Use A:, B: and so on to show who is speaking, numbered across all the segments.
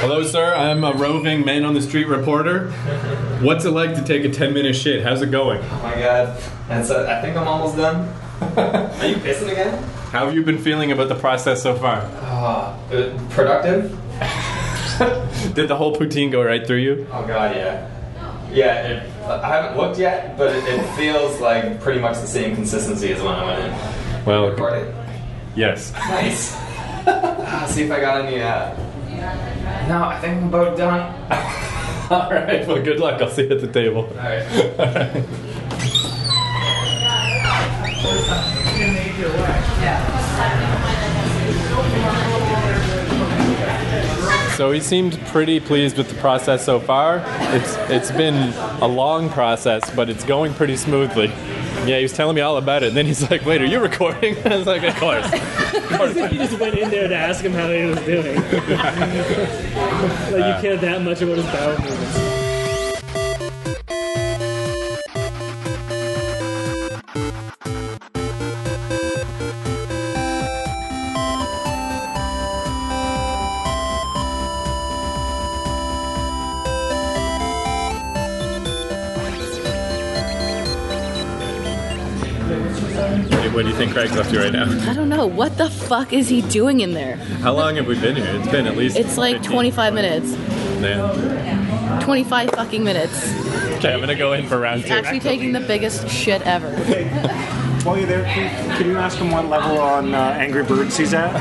A: Hello, sir. I'm a roving man on the street reporter. What's it like to take a 10 minute shit? How's it going?
B: Oh my god. That's uh, I think I'm almost done. Are you pissing again?
A: How have you been feeling about the process so far?
B: Ah, uh, productive?
A: Did the whole poutine go right through you?
B: Oh god, yeah. Yeah, it, I haven't looked yet, but it, it feels like pretty much the same consistency as when I went in.
A: Well,
B: Record it.
A: Yes.
B: Nice. Ah, see if I got any. Uh... No, I think I'm about done.
A: All right. Well, good luck. I'll see you at the table.
B: All right.
A: So he seemed pretty pleased with the process so far. It's it's been a long process, but it's going pretty smoothly. Yeah, he was telling me all about it. And then he's like, "Wait, are you recording?" I was like, "Of course."
C: you just went in there to ask him how he was doing. like you care that much about his bowel movements.
A: Hey, what do you think Craig's up to right now?
D: I don't know. What the fuck is he doing in there?
A: How long have we been here? It's been at least.
D: It's like
A: 15.
D: 25 minutes.
A: Yeah.
D: 25 fucking minutes.
A: Okay, I'm gonna go in for round two.
D: Actually taking the biggest shit ever.
E: While you're there, can can you ask him what level on uh, Angry Birds he's at?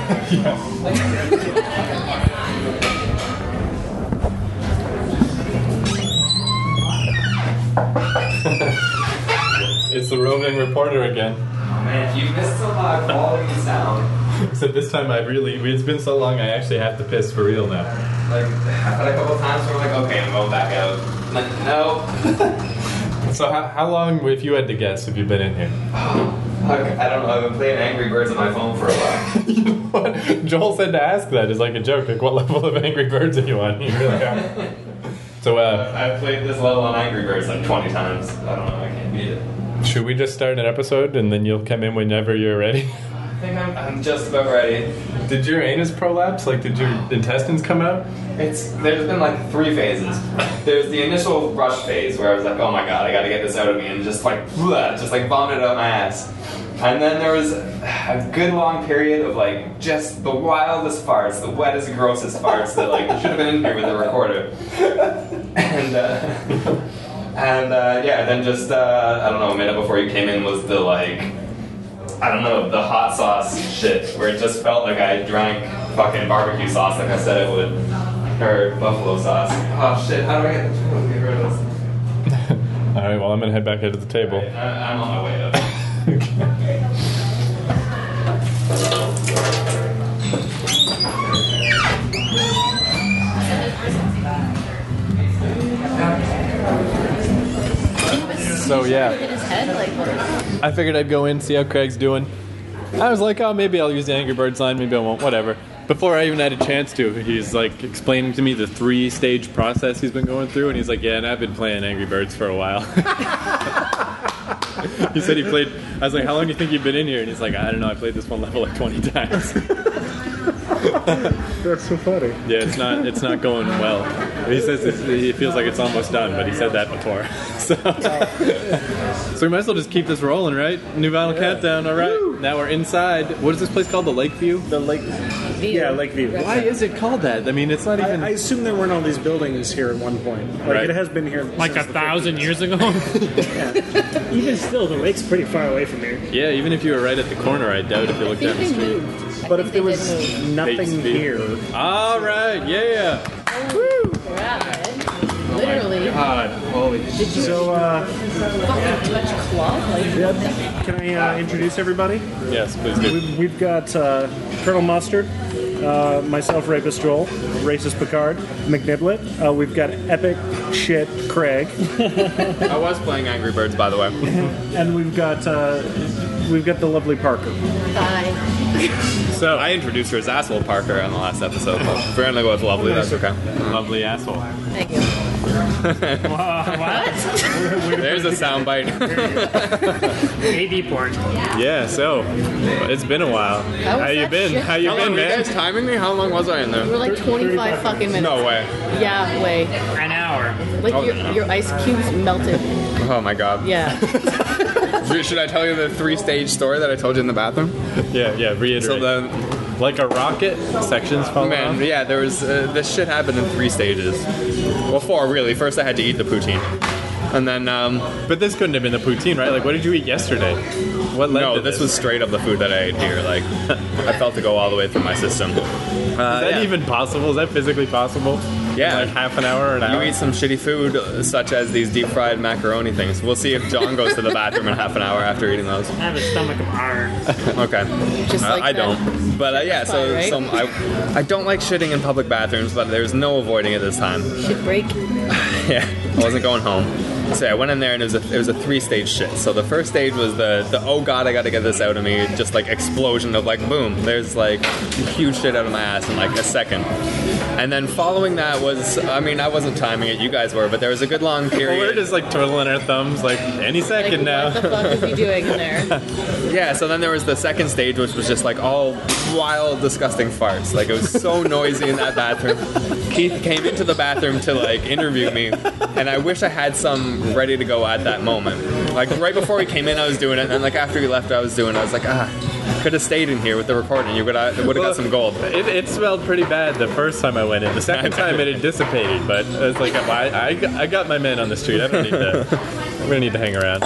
A: It's the roving reporter again.
B: Oh man, you missed a lot of quality sound.
A: Except this time, I really—it's been so long. I actually have to piss for real now.
B: Like, I've had a couple times where I'm like, okay, I'm going back out. Like, no.
A: So, how, how long, if you had to guess, have you been in here?
B: Fuck, I don't know. I've been playing Angry Birds on my phone for a while.
A: Joel said to ask that as like a joke. Like, what level of Angry Birds are you on? You really are. So, uh,
B: I've played this level on Angry Birds like 20 times. I don't know. I can't beat it.
A: should we just start an episode and then you'll come in whenever you're ready?
B: I think I'm, I'm just about ready.
A: Did your anus prolapse? Like, did your intestines come out?
B: It's there's been like three phases. There's the initial rush phase where I was like, oh my god, I gotta get this out of me, and just like, bleh, just like vomit it out my ass. And then there was a good long period of like just the wildest farts, the wettest, grossest farts that like should have been in here with a recorder. And uh, and uh, yeah, then just uh, I don't know, a minute before you came in was the like I don't know, the hot sauce shit, where it just felt like I drank fucking barbecue sauce like I said it would. Or buffalo sauce. Oh shit, how do I get the get rid of this?
A: All right. Well, I'm gonna head back out to the table.
B: I- I'm on my way up.
A: So yeah.
D: Hit his head like
A: I figured I'd go in, see how Craig's doing. I was like, oh, maybe I'll use the Angry Birds line, maybe I won't, whatever. Before I even had a chance to, he's like explaining to me the three stage process he's been going through, and he's like, yeah, and I've been playing Angry Birds for a while. he said he played, I was like, how long do you think you've been in here? And he's like, I don't know, I played this one level like 20 times.
E: That's so funny.
A: yeah, it's not, it's not going well. He says it's, he feels like it's almost done, but he said that before. So, so we might as well just keep this rolling, right? New vinyl countdown, all right. Now we're inside. What is this place called? The Lakeview?
E: The lake,
D: View.
E: yeah, Lakeview.
A: Why is it called that? I mean, it's not
E: I,
A: even.
E: I assume there weren't all these buildings here at one point. Like
A: Right.
E: it has been here
C: Like a
E: since the
C: thousand
E: 50s.
C: years ago. Even still, the lake's pretty far away from here.
A: yeah, even if you were right at the corner, I doubt if you looked
D: I
A: down
D: think
A: the
D: they
A: street.
D: moved. I
E: But
D: think
E: if
D: they
E: there was
D: did move.
E: nothing
A: Bates View.
E: here,
A: All right, yeah.
D: Grab it. Literally,
A: God, holy shit.
E: so uh,
D: fucking touch cloth. Like,
E: can I uh, introduce everybody?
A: Yes, please do.
E: We've, we've got uh, Colonel Mustard, uh, myself, Rapist Joel, Racist Picard, McNiblet. Uh, we've got Epic Shit Craig,
B: I was playing Angry Birds, by the way.
E: and we've got uh, we've got the lovely Parker.
D: bye.
B: So I introduced her as Asshole Parker on the last episode. But if we're gonna go with Lovely, that's okay.
A: Lovely asshole.
D: Thank you.
A: There's a soundbite.
F: AV porn.
A: yeah, so it's been a while.
D: was
A: How you
D: that
A: been?
D: shit.
A: How you
B: How long
A: been,
B: were you
A: man?
B: guys timing me? How long was I in
D: We're
B: there?
D: like 25 fucking minutes.
B: No way.
D: Yeah, wait.
F: An hour.
D: Like
B: Oh,
D: your,
B: no.
D: your ice cubes melted.
B: Oh my god.
D: Yeah.
B: Should- Should I tell you the three stage story that I told you in the bathroom?
A: Yeah, yeah. Reiterate.
B: So then
A: like a rocket, sections falling
B: Oh, Man,
A: off.
B: yeah, there was uh, this shit happened in three stages. Well, four really. First, I had to eat the poutine, and then um,
A: But this couldn't have been the poutine, right? Like, what did you eat yesterday? What led
B: no,
A: to
B: this was straight up the food that I ate here. Like, I felt to go all the way through my system.
A: Is that
B: Uh, yeah.
A: even possible? Is that physically possible?
B: Yeah.
A: In like half an hour or an
B: You
A: hour.
B: eat some shitty food, uh, such as these deep fried macaroni things. We'll see if John goes to the bathroom in half an hour after eating those.
F: I have a stomach of iron.
B: Okay.
D: Just
B: Uh,
D: like
B: I
D: that.
B: don't. But uh, yeah,
D: That's
B: so,
D: fine, right?
B: so I, I don't like shitting in public bathrooms, but there's no avoiding it this time.
D: Shit break.
B: yeah, I wasn't going home. So I went in there and it was a, it was a three stage shit. So the first stage was the, the oh god I gotta get this out of me just like explosion of like boom there's like huge shit out of my ass in like a second. And then following that was I mean I wasn't timing it you guys were but there was a good long
A: Well,
B: period.
A: we're just like twiddling our thumbs, like any
D: Like,
A: second now.
D: what the fuck is he doing in there?
B: Yeah, so then there was the second stage, which was just like all wild, disgusting farts. Like it was so noisy in that bathroom. Keith came into the bathroom to like interview me, and I wish I had some ready to go at that moment. Like right before he came in, I was doing it, and then like after he left, I was doing. it. I was like, ah, could have stayed in here with the recording. You would have would have got some gold.
A: It, it smelled pretty bad the first time I went in. The second time it had dissipated, but I was like, I, I, got- I got my men on the street. I don't need to. We don't need to hang around.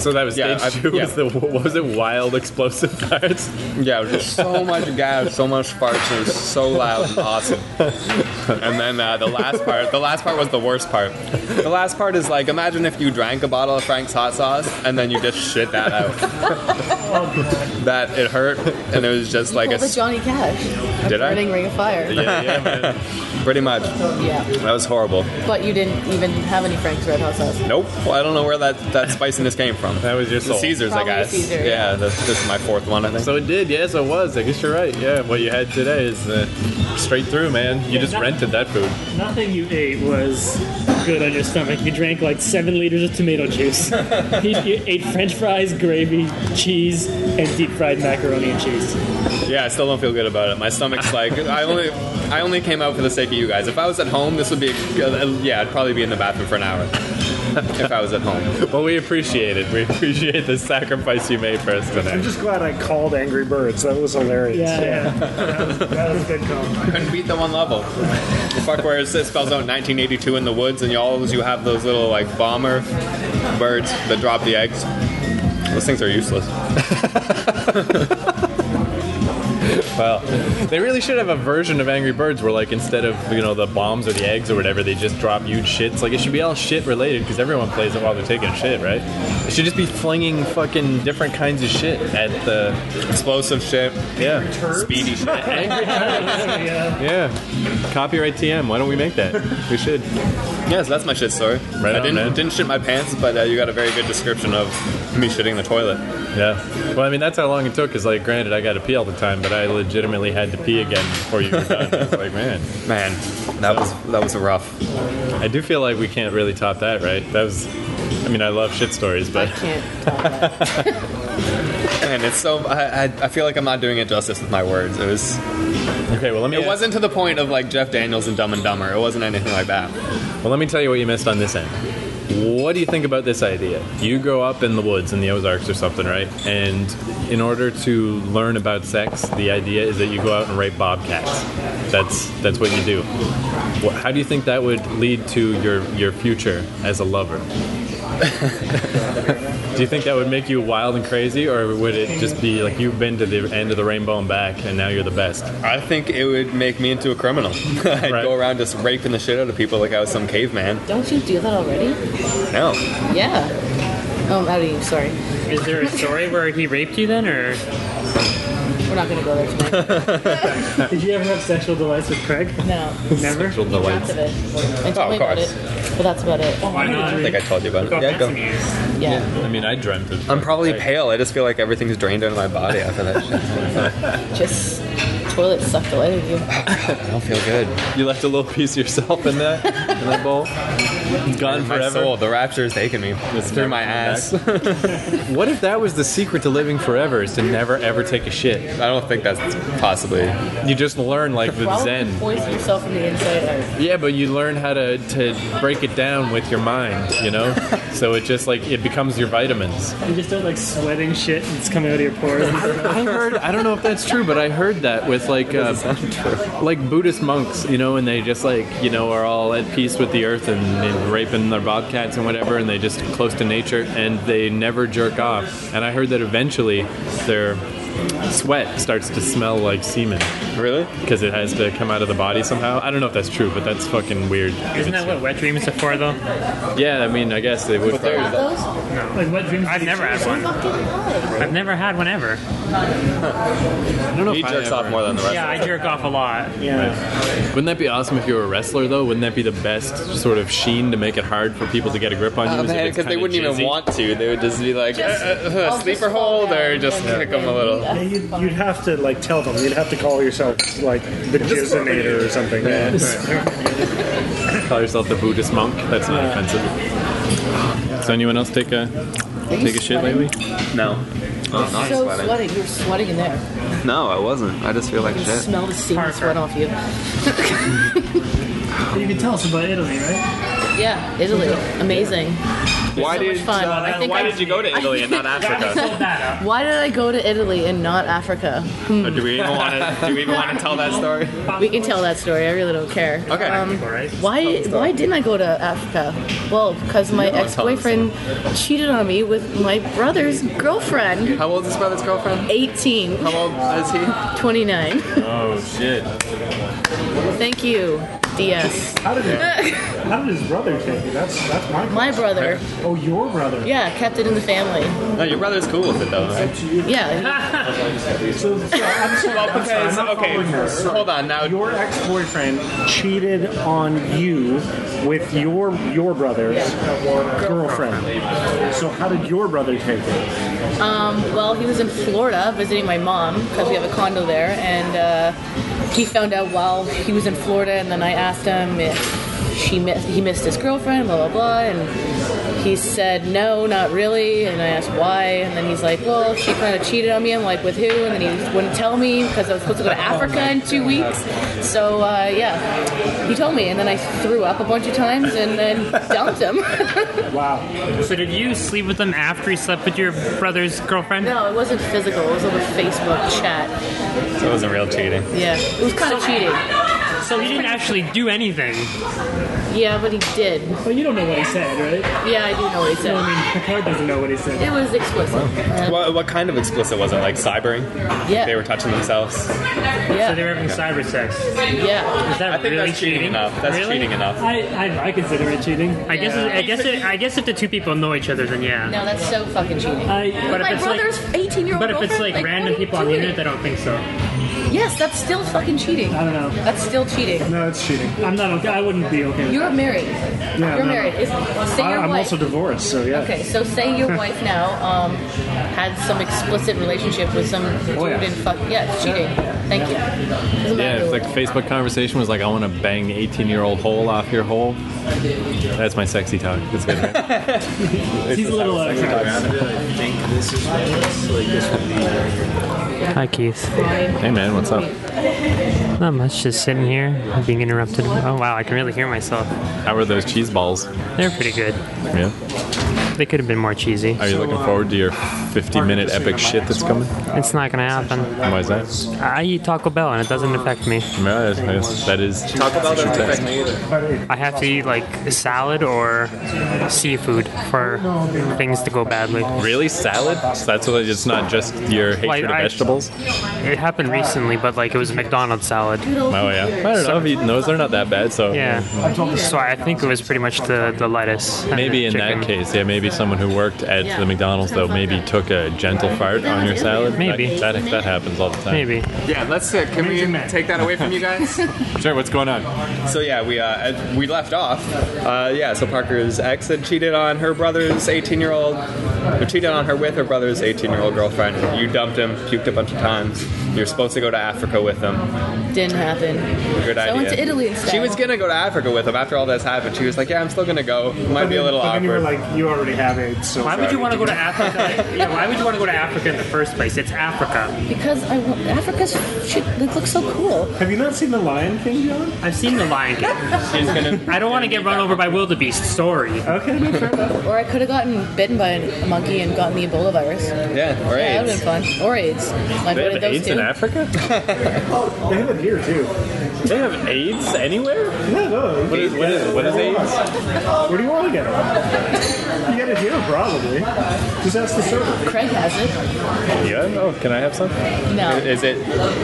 A: So that was
B: Yeah,
A: stage
B: I-
A: two.
B: yeah.
A: Was the what was it wild explosive parts?
B: Yeah, it was just so much gas, so much farts. It was so loud and awesome. And then uh, the last part, the last part was the worst part. The last part is like, imagine if you drank a bottle of Frank's hot sauce and then you just shit that out. that it hurt, and it was just like a
D: Pull the
B: s-
D: Johnny Cash.
B: Did I?
D: Burning Ring of Fire.
A: Yeah, yeah, man.
B: pretty much.
D: Yeah.
B: That was horrible.
D: But you didn't even have any Frank's Red Hot sauce.
B: Nope. Well, I don't know where that that spiciness came from.
A: That was your
B: The
A: soul.
B: Caesars,
D: Probably
B: I guess.
D: Caesar, yeah.
B: yeah, this, this is my fourth one, I think.
A: So it did, yes, it was. I guess you're right. Yeah, what you had today is uh, straight through, man. You just
F: that-
A: rented that food.
F: Nothing you ate was good on your stomach. You drank like seven liters of tomato juice. you, you ate French fries, gravy, cheese, and deep fried macaroni and cheese.
B: Yeah, I still don't feel good about it. My stomach's like I only I only came out for the sake of you guys. If I was at home, this would be a, yeah, I'd probably be in the bathroom for an hour. if I was at home.
A: Well, we appreciate it. We appreciate the sacrifice you made for us
E: I'm
A: today.
E: just glad I called Angry Birds. That was hilarious.
F: Yeah, yeah.
E: that, was, that was a good call.
B: Couldn't beat the one level. The fuck where it spells out 1982 in the woods, and you always you have those little like bomber birds that drop the eggs. Those things are useless.
A: Well, they really should have a version of Angry Birds where, like, instead of you know the bombs or the eggs or whatever, they just drop huge shits. Like, it should be all shit related because everyone plays it while they're taking a shit, right? It should just be flinging fucking different kinds of shit at the
B: Explosive shit,
A: yeah,
B: speedy shit.
A: Angry
F: Yeah.
A: yeah. Copyright TM. Why don't we make that? We should.
B: Yeah, so that's my shit story.
A: Right
B: I
A: on,
B: didn't
A: man.
B: didn't shit my pants, but uh, you got a very good description of me shitting the toilet.
A: Yeah. Well, I mean, that's how long it took. Is like, granted, I got to pee all the time, but I legitimately had to pee again before you were done. It's like, man,
B: Man, that was that was rough.
A: I do feel like we can't really top that, right? That was. I mean, I love shit stories,
D: I
A: but
D: can't top that.
B: Man, it's so. I, I, I feel like I'm not doing it justice with my words. It was.
A: okay. Well, let me.
B: It wasn't to the point of like Jeff Daniels and Dumb and Dumber. It wasn't anything like that.
A: Well, let me tell you what you missed on this end. What do you think about this idea? You grow up in the woods in the Ozarks or something, right? And in order to learn about sex, the idea is that you go out and rape bobcats. That's that's what you do. Wha how do you think that would lead to your your future as a lover? do you think that would make you wild and crazy, or would it just be like you've been to the end of the rainbow and back, and now you're the best?
B: I think it would make me into a criminal. I'd
A: Right.
B: go around just raping the shit out of people like I was some caveman.
D: Don't you do that already?
B: No.
D: Yeah. Oh, I'm out of you. Sorry.
F: Is there a story where he raped you then, or
D: We're not going to go there tonight.
F: did you ever have sexual delights with Craig?
D: No.
F: Never.
A: Sexual
D: Lots
A: delights.
D: of it. And
B: Oh,
D: told
B: of
D: me about
B: course.
D: it. But that's about it.
F: Why not?
B: I think I told you about it. Yeah, go.
F: go.
D: Yeah.
A: I mean, I dreamt of.
B: I'm probably pale. I just feel like everything's drained out of my body after that shit.
D: Just toilet sucked away at you.
B: I don't feel good.
A: You left a little piece of yourself in that in that bowl. Gone
B: my
A: forever.
B: soul, the rapture is taking me
A: It's
B: through my
A: never
B: ass.
A: coming What if that was the secret to living forever? Is to never ever take a shit.
B: I don't think that's possibly.
A: You just learn like the
D: Why would you
A: Zen.
D: poison yourself from the inside out?
A: Yeah, but you learn how to to break it down with your mind. You know, so it just like it becomes your vitamins.
F: You just don't like sweating shit and it's coming out of your pores.
A: I heard. I don't know if that's true, but I heard that with like, uh, like Buddhist monks, you know, and they just like, you know, are all at peace with the earth and, and raping their bobcats and whatever, and they just close to nature and they never jerk off. And I heard that eventually their sweat starts to smell like semen
B: Really?
A: because it has to come out of the body somehow. I don't know if that's true, but that's fucking weird.
F: Isn't that what wet dreams are for, though?
A: Yeah, I mean, I guess they would.
B: But there
A: probably-
B: is a-
D: Those
F: Like wet dreams.
C: I've never had one.
D: fucking high.
C: I've never had one ever.
A: I don't know.
B: He
A: if I
B: jerks
A: ever-
B: off more than the rest.
C: Yeah,
B: of
C: I jerk off a lot.
F: Yeah.
A: Wouldn't that be awesome if you were a wrestler, though? Wouldn't that be the best sort of sheen to make it hard for people to get a grip on you?
B: Oh,
A: is if
B: man,
A: it's
B: because they
A: kinda
B: wouldn't
A: jizzy?
B: even want to. They would just be like,
D: Just-
B: uh, uh, uh,
D: I'll
B: sleeper
D: just fall
B: hold, or
D: down
B: just
D: and
B: kick them a little.
D: Yeah.
E: Yeah, you'd, you'd have to like tell them. You'd have to call yourself like the Jizzinator or something.
A: Call yourself the Buddhist monk. That's not offensive. So anyone else take a take a shit lately?
B: No. Oh, not
D: So sweating. You're sweating in there.
B: No, I wasn't. I just feel like
D: You smell the semen sweat off you.
F: You can tell us about Italy, right?
D: Yeah, Italy. Amazing.
B: Why
D: so much
B: did
D: fun.
B: uh,
D: I think
B: Why
D: I-
B: did you go to Italy and not Africa?
C: Hold that up.
D: Why did I go to Italy and not Africa?
B: Or do we even want to? Do we even want to tell that story?
D: We can tell that story. I really don't care.
B: Okay.
F: Right.
D: Why? Why didn't I go to Africa? Well, because my ex-boyfriend cheated on me with my brother's girlfriend.
B: How old is his brother's girlfriend?
D: 18,
B: How old is he?
D: 29.
A: Oh shit!
D: Thank you, DS.
E: How did his, how did his brother take it? That's that's my.
D: My brother,
E: Oh, your brother.
D: yeah, kept it in the family.
B: No, your brother's cool with it though. Right?
D: Yeah,
E: So, so I'm sorry. I'm sorry, I'm not
B: okay,
E: following this.
B: hold on now.
E: Your ex-boyfriend cheated on you with your your brother's girlfriend. So how did your brother take it?
D: well, he was in Florida visiting my mom because we have a condo there, and uh, he found out while he was in Florida, and then I asked him if she mi- he missed his girlfriend, blah blah blah, and he said no, not really, and I asked why, and then he's like, well, she kind of cheated on me. I'm like, with who? And then he wouldn't tell me because I was supposed to go to Africa in two weeks. So uh, yeah, he told me, and then I threw up a bunch of times, and then dumped him.
C: So did you sleep with him after he slept with your brother's girlfriend?
D: no, it wasn't physical. It was on the Facebook chat.
B: It wasn't real cheating.
D: Yeah, it was kind of cheating.
C: So he didn't actually do anything.
D: Yeah, but he did.
F: Well, you don't know what he said, right?
D: Yeah, I do know what he
F: No, I
D: said.
F: mean, Picard doesn't know what he said.
D: It was explicit. Uh,
B: What, what kind of explicit was it? Like cybering?
D: Yeah.
B: They were touching themselves.
C: So they
D: yeah,
C: were having cyber sex. Is
D: yeah.
C: that
B: I think
C: really
B: that's cheating enough. That's
C: Really?
B: cheating enough.
F: I, I, I consider it cheating.
C: I guess. it- I guess. It, I guess if the two people know each other, then yeah.
D: No, that's so fucking cheating.
F: I,
C: Uh, But if
D: My
C: it's like-
D: brother's 18 year old
C: But if it's like random people on the internet, I don't think so.
D: Yes, that's still fucking cheating.
F: I don't know.
D: That's still cheating.
E: No, it's cheating.
F: I'm not okay. I wouldn't be okay.
D: You're married.
E: Yeah,
D: you're
E: no.
D: married. Is, say
E: I,
D: your
E: I'm
D: wife.
E: also divorced, so yeah.
D: okay, so say your wife now um, had some explicit relationship with some dude
E: yeah.
D: and fuck. Yeah, it's cheating. Thank you.
A: Yeah,
D: Doesn't matter
A: it's
D: who.
A: like Facebook conversation was like, I want to bang 18 year old hole off your hole. That's my sexy talk. That's good. Right?
F: He's a little
C: uh,
F: out of control.
C: Hi, Keith.
A: hey man, what's up?
C: Not much. Just sitting here, being interrupted. Oh wow, I can really hear myself.
A: How are those cheese balls?
C: They're pretty good.
A: Yeah.
C: They could have been more cheesy.
A: Are you looking forward to your 50 minute epic shit that's coming?
C: It's not gonna happen.
A: Why is that?
C: I eat Taco Bell and it doesn't affect me.
A: No, that's- that's- That is
B: Taco Bell doesn't affect me either.
C: I have to eat like salad or seafood for things to go badly.
A: really salad. So that's what it's not just your hatred
C: Like,
A: of
C: I-
A: vegetables.
C: It happened recently, but like it was a McDonald's salad.
A: Oh yeah, I don't know. I've eaten those. They're not that bad. So
C: Yeah. So I think it was pretty much the, the lettuce. and
A: maybe
C: the
A: in
C: chicken.
A: that case, yeah, maybe someone who worked at the McDonald's though maybe took a gentle fart on your salad.
C: Maybe.
A: that, that, that happens all the time.
C: Maybe.
B: Yeah, let's. Uh, can we take that away from you guys?
A: Sure. What's going on?
B: so yeah, we uh, we left off. Uh, yeah, so Parker's ex had cheated on her brother's 18-year-old who cheated on her with her brother's 18 year old girlfriend. You dumped him, puked a bunch of times. You're supposed to go to Africa with him.
D: Didn't happen.
B: Good
D: So I
B: idea.
D: went to Italy instead.
B: She was gonna go to Africa with him after all this happened. She was like, "Yeah, I'm still gonna go. Might be a little
E: but then you were
B: awkward."
E: like, you already have AIDS, so
C: Why would you want to go to Africa? yeah, why would you want to go to Africa in the first place? It's Africa.
D: because I wa- Africa's shit. It looks so cool.
E: Have you not seen The Lion King, John?
C: I've seen The Lion King.
B: She's gonna.
C: I don't want to get run over by wildebeest. Sorry.
E: Okay, no, fair enough.
D: Or I could have gotten bitten by a monkey and gotten the Ebola virus.
B: Yeah, or
D: Yeah, that would
B: AIDS.
D: have been fun. Or AIDS. Like,
A: They
D: what
A: have
D: did those
A: AIDS
D: do?
A: in Africa?
E: They have it here too.
A: They have AIDS anywhere?
E: No, no.
A: What is, what is, what is AIDS?
E: Where do you want to get it? You get it here, probably. Just ask the server.
D: Craig has it.
A: Yeah. Oh, can I have some?
D: No.
B: Is it?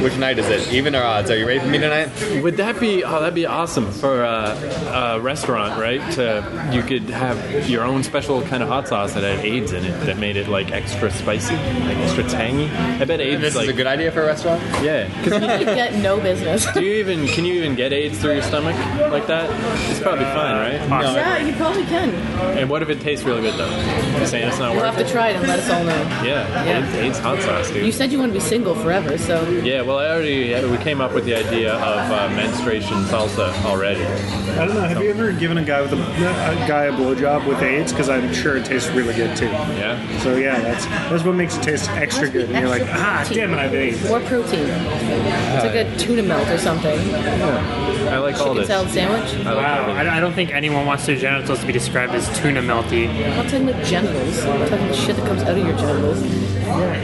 B: Which night is it? Even or odds? Are you ready for me tonight?
A: Would that be? Oh, that'd be awesome for uh, a restaurant, right? To, you could have your own special kind of hot sauce that had AIDS in it that made it like extra spicy, like extra tangy. I bet AIDS
B: This
A: like
B: is a good idea for a restaurant.
A: yeah. 'Cause you-
D: You get no business.
A: do you even can you even get AIDS through your stomach like that? It's probably fine, right?
D: yeah, you probably can.
A: And what if it tastes really good though? You're saying it's not
D: You'll
A: worth
D: have to
A: it?
D: try it and let us all know.
A: Yeah.
D: Yeah.
A: AIDS, AIDS hot sauce, dude.
D: You said you want to be single forever, so
A: Yeah, well, I already we came up with the idea of uh, menstruation salsa already.
E: I don't know. Have you ever given a guy with a, a guy a blowjob with AIDS? Because I'm sure it tastes really good too.
A: Yeah,
E: So yeah, that's that's what makes it taste extra good. And you're like, ah, damn it, I have AIDS. Ah.
D: More protein. It's like a tuna melt or something.
A: I like all
D: Chicken
A: this.
D: salad sandwich.
A: I like
C: Wow,
A: everything.
C: I I don't think anyone wants their genitals to be described as tuna melty.
D: I'm not talking about genitals. I'm talking about shit that comes out of your genitals.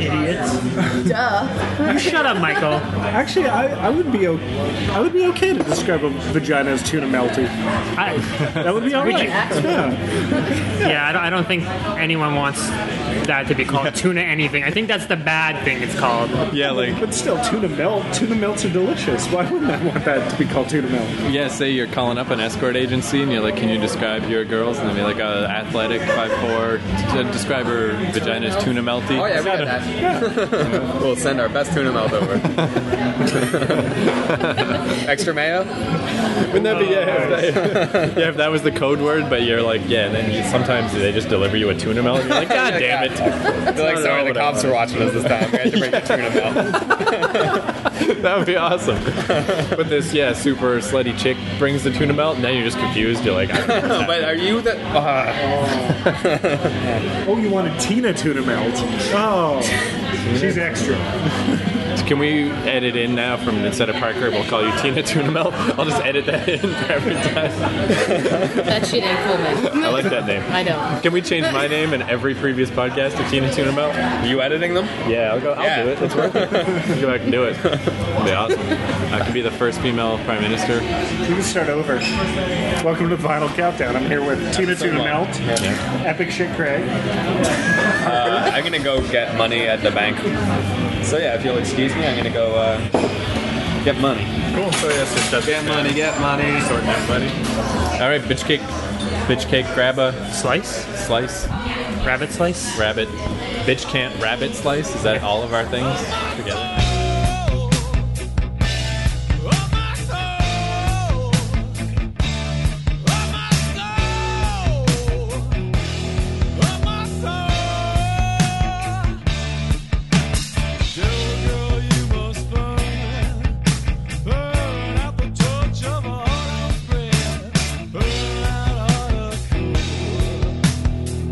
C: Idiots.
D: Duh.
C: Shut up, Michael.
E: Actually, I, I would be o- I would be okay to describe a vagina as tuna melty.
C: I,
E: That would be all right. Yeah.
C: yeah, I don't, I don't think anyone wants that to be called tuna anything. I think that's the bad thing it's called.
A: Yeah, like
E: But still, tuna melt. Tuna melts are delicious. Why wouldn't I want that to be called tuna melt?
A: yeah, say you're calling up an escort agency and you're like, can you describe your girls? And they'll be like, uh, athletic, five four. Describe her vagina as tuna melty.
B: Oh yeah, we got that. we'll send our best tuna melt over. Extra mayo?
A: Wouldn't that be yeah? If that, yeah, if that was the code word, but you're like, yeah. And then you, sometimes they just deliver you a tuna melt. You're like, god damn it,
B: They're like, sorry, the cops are watching us this time. We had to bring the tuna melt.
A: that would be awesome. But this yeah, super slutty chick brings the tuna melt, and then you're just confused. You're like, I don't know.
B: but are you the? Uh,
E: Oh, you wanted Tina tuna melt? Oh, she's extra.
A: Can we edit in now from instead of Parker, we'll call you Tina Tuna Melt? I'll just edit that in for every time.
D: That shit ain't cool, man.
A: I like that name.
D: I don't.
A: Can we change my name and every previous podcast to Tina Tuna Melt?
B: you editing them?
A: Yeah, I'll go. I'll
B: Yeah.
A: do it. It's worth it. Go back and do it. It'll be awesome. I can be the first female prime minister.
E: We can start over. Welcome to the final countdown. I'm here with Tina Tuna Melt, Epic Shit Craig.
B: Uh, I'm gonna go get money at the bank. So yeah, if you'll excuse me, I'm gonna go uh, get money.
A: Cool. So yes, it's just get money, get money, sort that money. All right, bitch cake, bitch cake, grab a
C: Slice?
A: slice,
C: Rabbit slice?
A: rabbit, bitch can't rabbit slice. Is that all of our things together?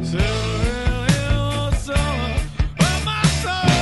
G: Silver in the summer of my soul.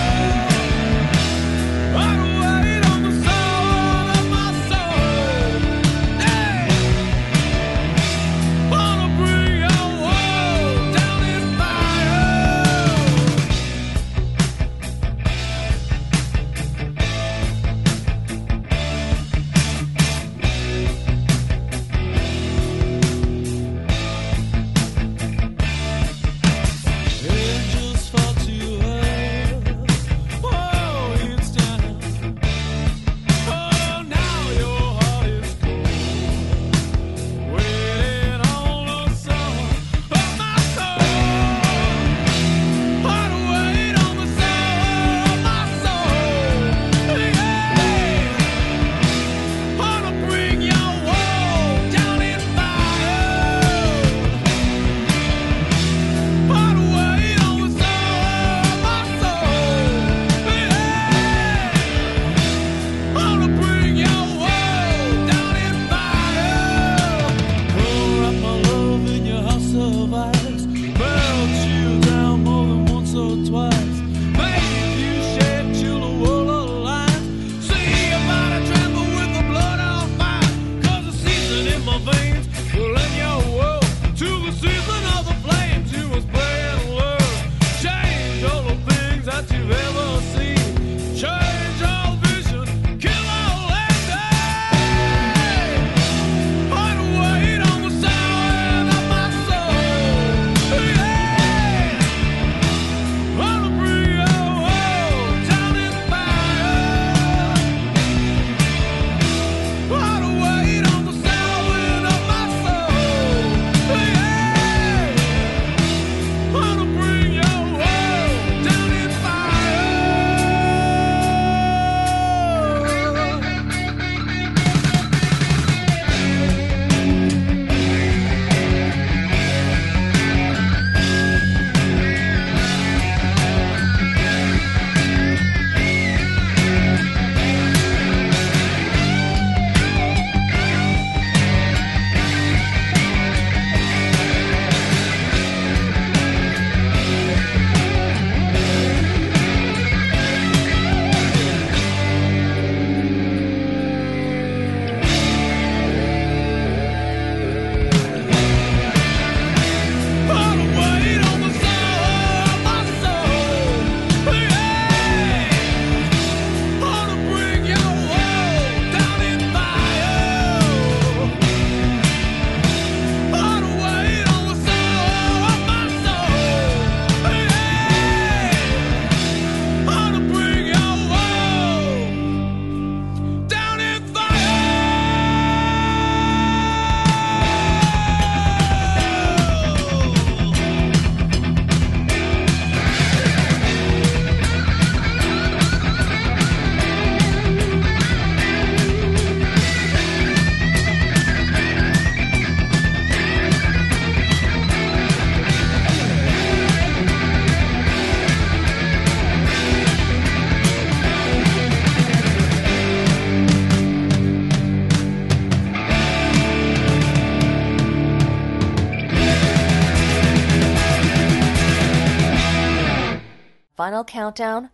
H: finalcountdown.ca.